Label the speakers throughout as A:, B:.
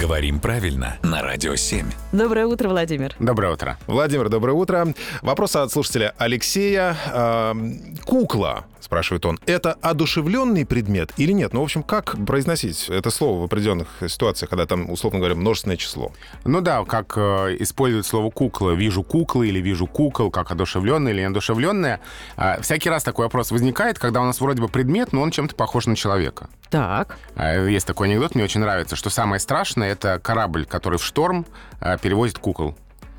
A: Говорим правильно на Радио 7.
B: Доброе утро, Владимир.
C: Доброе утро.
D: Владимир, доброе утро. Вопрос от слушателя Алексея. Эм, Кукла, спрашивает он, это одушевленный предмет или нет? Ну, в общем, как произносить это слово в определенных ситуациях, когда там, условно говоря, множественное число?
C: Ну да, как э, используют слово кукла. Вижу куклы или вижу кукол, как одушевленное или неодушевленное. А, всякий раз такой вопрос возникает, когда у нас вроде бы предмет, но он чем-то похож на человека.
B: Так.
C: А, Есть такой анекдот, мне очень нравится, что самое страшное это корабль, который в шторм а, перевозит кукол.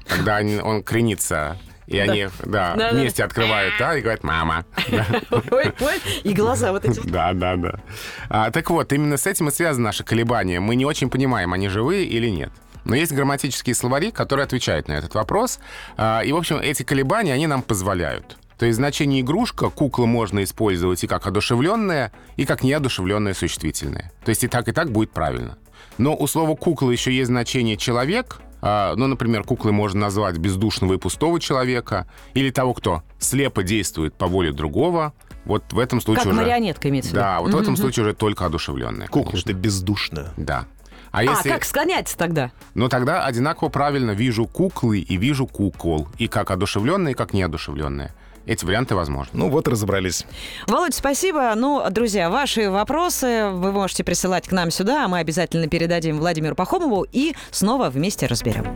C: Когда они- он кренится, и они да,
B: Да-да.
C: вместе открывают, да, и говорят «мама».
B: Ой, ой, и глаза вот эти. вот.
C: Да, да, да. А, так вот, именно с этим и связано наше колебание. Мы не очень понимаем, они живые или нет. Но есть грамматические словари, которые отвечают на этот вопрос. А, и, в общем, эти колебания, они нам позволяют. То есть значение игрушка, кукла можно использовать и как одушевленное, и как неодушевленное существительное. То есть и так, и так будет правильно. Но у слова кукла еще есть значение человек. А, ну, например, куклы можно назвать бездушного и пустого человека, или того, кто слепо действует по воле другого. Вот в этом случае
B: Как
C: уже...
B: марионетка имеется в виду.
C: Да, вот в этом случае уже только одушевленная.
D: Кукла же ты бездушная.
C: Да. А
B: А,
C: если...
B: как склоняется тогда?
C: Ну, тогда одинаково правильно вижу куклы и вижу кукол. И как одушевленные, и как неодушевленные. Эти варианты возможны.
D: Ну вот и разобрались.
B: Володь, спасибо. Ну, друзья, ваши вопросы вы можете присылать к нам сюда, а мы обязательно передадим Владимиру Пахомову и снова вместе разберем.